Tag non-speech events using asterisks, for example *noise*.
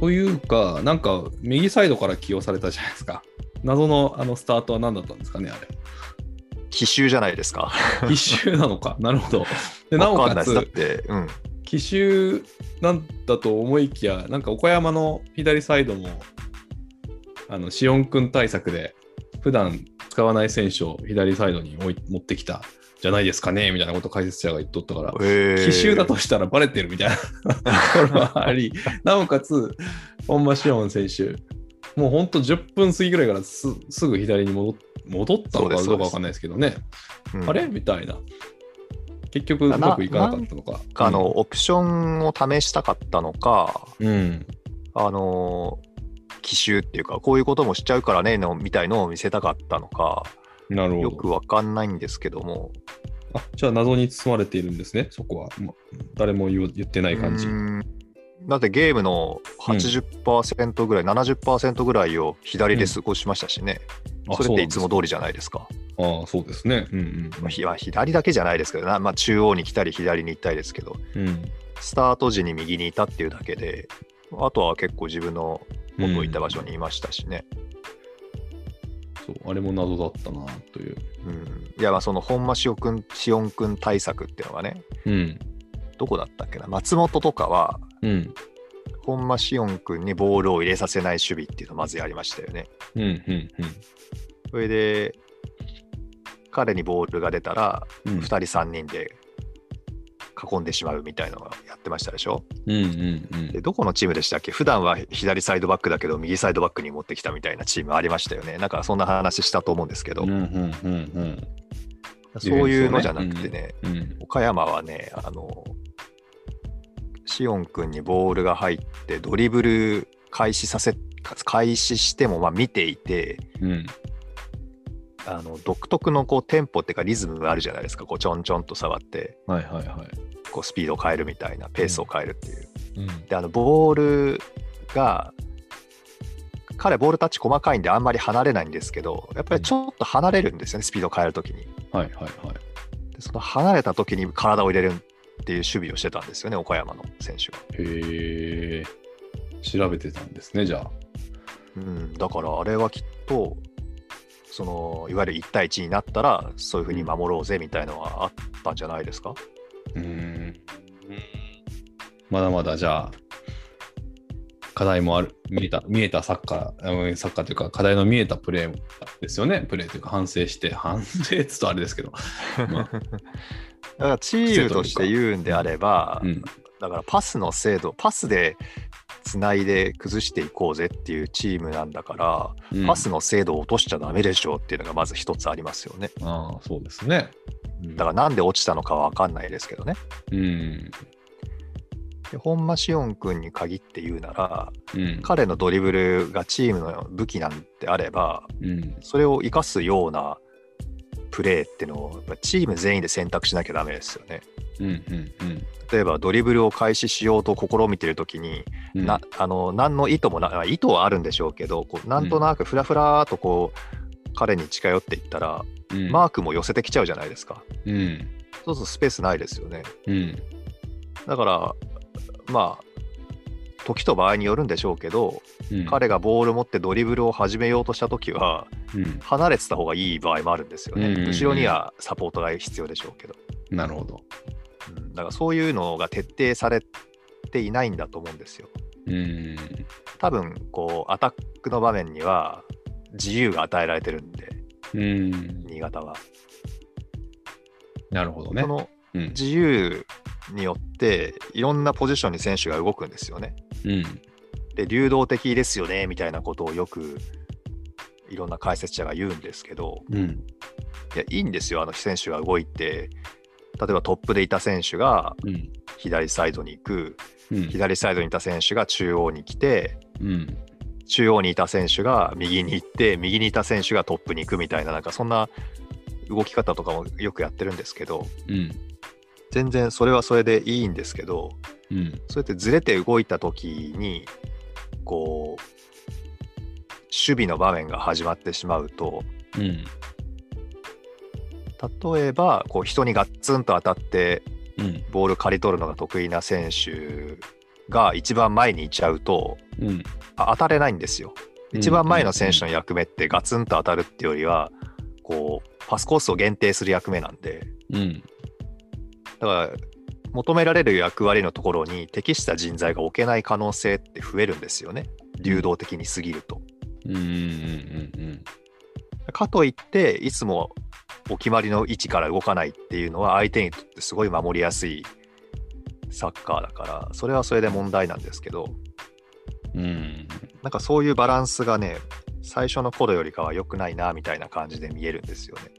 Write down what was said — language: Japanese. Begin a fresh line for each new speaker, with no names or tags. というか、なんか右サイドから起用されたじゃないですか。謎のあのスタートは何だったんですかね、あれ。
*laughs* 奇襲じゃないですか。
奇襲なのか、なるほど。でな
わ
お
かん
か
ないです。だっ
つ、
て、うん。
奇襲なんだと思いきや、なんか岡山の左サイドも、あの、しおんくん対策で、普段使わない選手を左サイドに置い持ってきたじゃないですかね、みたいなことを解説者が言っとったから、
えー
奇襲だとしたらバレてるみ
*laughs*
たいなところはあり、なおかつ、本間紫音選手、もう本当10分過ぎぐらいからすすぐ左に戻っ戻ったのか
そ
ど
う
うか
です
わかんないですけどね、
うん
あれみたいな。結局、うまくいかなかったのか。
あの、オプションを試したかったのか、
うん、
あのー奇襲っていうか、こういうこともしちゃうからねのみたいのを見せたかったのか、
なる
よ
ほど。
くわかんないんですけども、
あじゃあ、謎に包まれているんですね、そこは。ま誰も言う言ってない感じ
う。ーんだってゲームの80%ぐらい、70%ぐらいを左で過ごしましたしね、
あ
それっていつも
そう
通りじゃないですか。
なんですあそうですね。うん
まあひまあ左だけじゃないですけどな、まあ、中央に来たり左に行ったりですけど、
うん。うん。
スタート時に右にいたっていうだけで、あとは結構自分の元いた場所にいましたしね。
そう、あれも謎だったなという。
うんいや、まあその本間しおくん、しおんくん対策っていうのがね、
うん。
どこだったっけな、松本とかは、
うん。
本間しおんくんにボールを入れさせない守備っていうのをまずやりましたよね。
うん。うん。
それで、彼にボールが出たら、
うん。うん
2人3人で囲んでしまうみたいなのがやってましたでしょ。
うんうんうん
でどこのチームでしたっけ普段は左サイドバックだけど右サイドバックに持ってきたみたいなチームありましたよねなんかそんな話したと思うんですけど、
うんうんうん
そういうのじゃなくてね、
うんうん
岡山はねあのシオン君にボールが入ってドリブル開始させ開始してもまあ見ていて
うん
あの独特のこうテンポっていうかリズムがあるじゃないですかこうちょんちょんと触って
はいはいはい
こうスピードを変えるみたいなペースを変えるっていう。
うん
であのボールが彼ボールタッチ細かいんであんまり離れないんですけどやっぱりちょっと離れるんですよねスピードを変えるときに
はいはいはい
でその離れたときに体を入れるっていう守備をしてたんですよね岡山の選手が、
へえ調べてたんですねじゃあ
うん、だからあれはきっとそのいわゆる1対1になったらそういうふうに守ろうぜみたいのはあったんじゃないですか、
うーんまだまだじゃあ課題もある見えた見えたサッカーうんサッカーというか課題の見えたプレーですよねプレーというか反省して反省っつうとあれですけど、まあ
だからチームとして言うんであれば、
うん、
だからパスの精度パスでつないで崩していこうぜっていうチームなんだから、
うん
パスの精度を落としちゃダメでしょうっていうのがまず一つありますよね。
ああそうですね
だからなんで落ちたのかは分かんないですけどね。
うん
で本間紫音君に限って言うなら
うん
彼のドリブルがチームの武器なんてあれば
うん
それを生かすようなプレーっていうのをやっぱチーム全員で選択しなきゃダメですよね。
うんうんうん
例えばドリブルを開始しようと試みてるときに、
うん
なあの何の意図もな意図はあるんでしょうけどこうなんとなくふらふらーとこう彼に近寄っていったら、
うん
マークも寄せてきちゃうじゃないですか
うん
そうするとスペースないですよね
うん
だからまあ時と場合によるんでしょうけど、
うん
彼がボール持ってドリブルを始めようとした時は
うん
離れてた方がいい場合もあるんですよね、
うんうんうん
後ろにはサポートが必要でしょうけど、
なるほど。
うん、だからそういうのが徹底されていないんだと思うんですよ
うん。
多分こうアタックの場面には自由が与えられてるんで
うん。
新潟は、
なるほどね
そ。の
うん。
自由によっていろんなポジションに選手が動くんですよね
うん。
で流動的ですよねみたいなことをよくいろんな解説者が言うんですけど
うん。
いやいいんですよあの選手が動いて例えばトップでいた選手が
うん。
左サイドに行く
うん。
左サイドにいた選手が中央に来て
うん。
中央にいた選手が右に行って右にいた選手がトップに行くみたいななんかそんな動き方とかもよくやってるんですけど
うん。
全然それはそれでいいんですけど
うん。
そうやってずれて動いた時にこう守備の場面が始まってしまうと
うん。
例えばこう人にガッツンと当たって
うん。
ボール刈り取るのが得意な選手が一番前にいちゃうと
うん。
あ当たれないんですよ。
うん
一番前の選手の役目ってガツンと当たるっていうよりは、こう、パスコースを限定する役目なんで、
うん。
だから、求められる役割のところに適した人材が置けない可能性って増えるんですよね。流動的に過ぎると。
うん。うん。うん。
かといって、いつもお決まりの位置から動かないっていうのは、相手にとってすごい守りやすいサッカーだから、それはそれで問題なんですけど、
うん。うん。
なんかそういうバランスがね、最初の頃よりかは良くないなみたいな感じで見えるんですよね。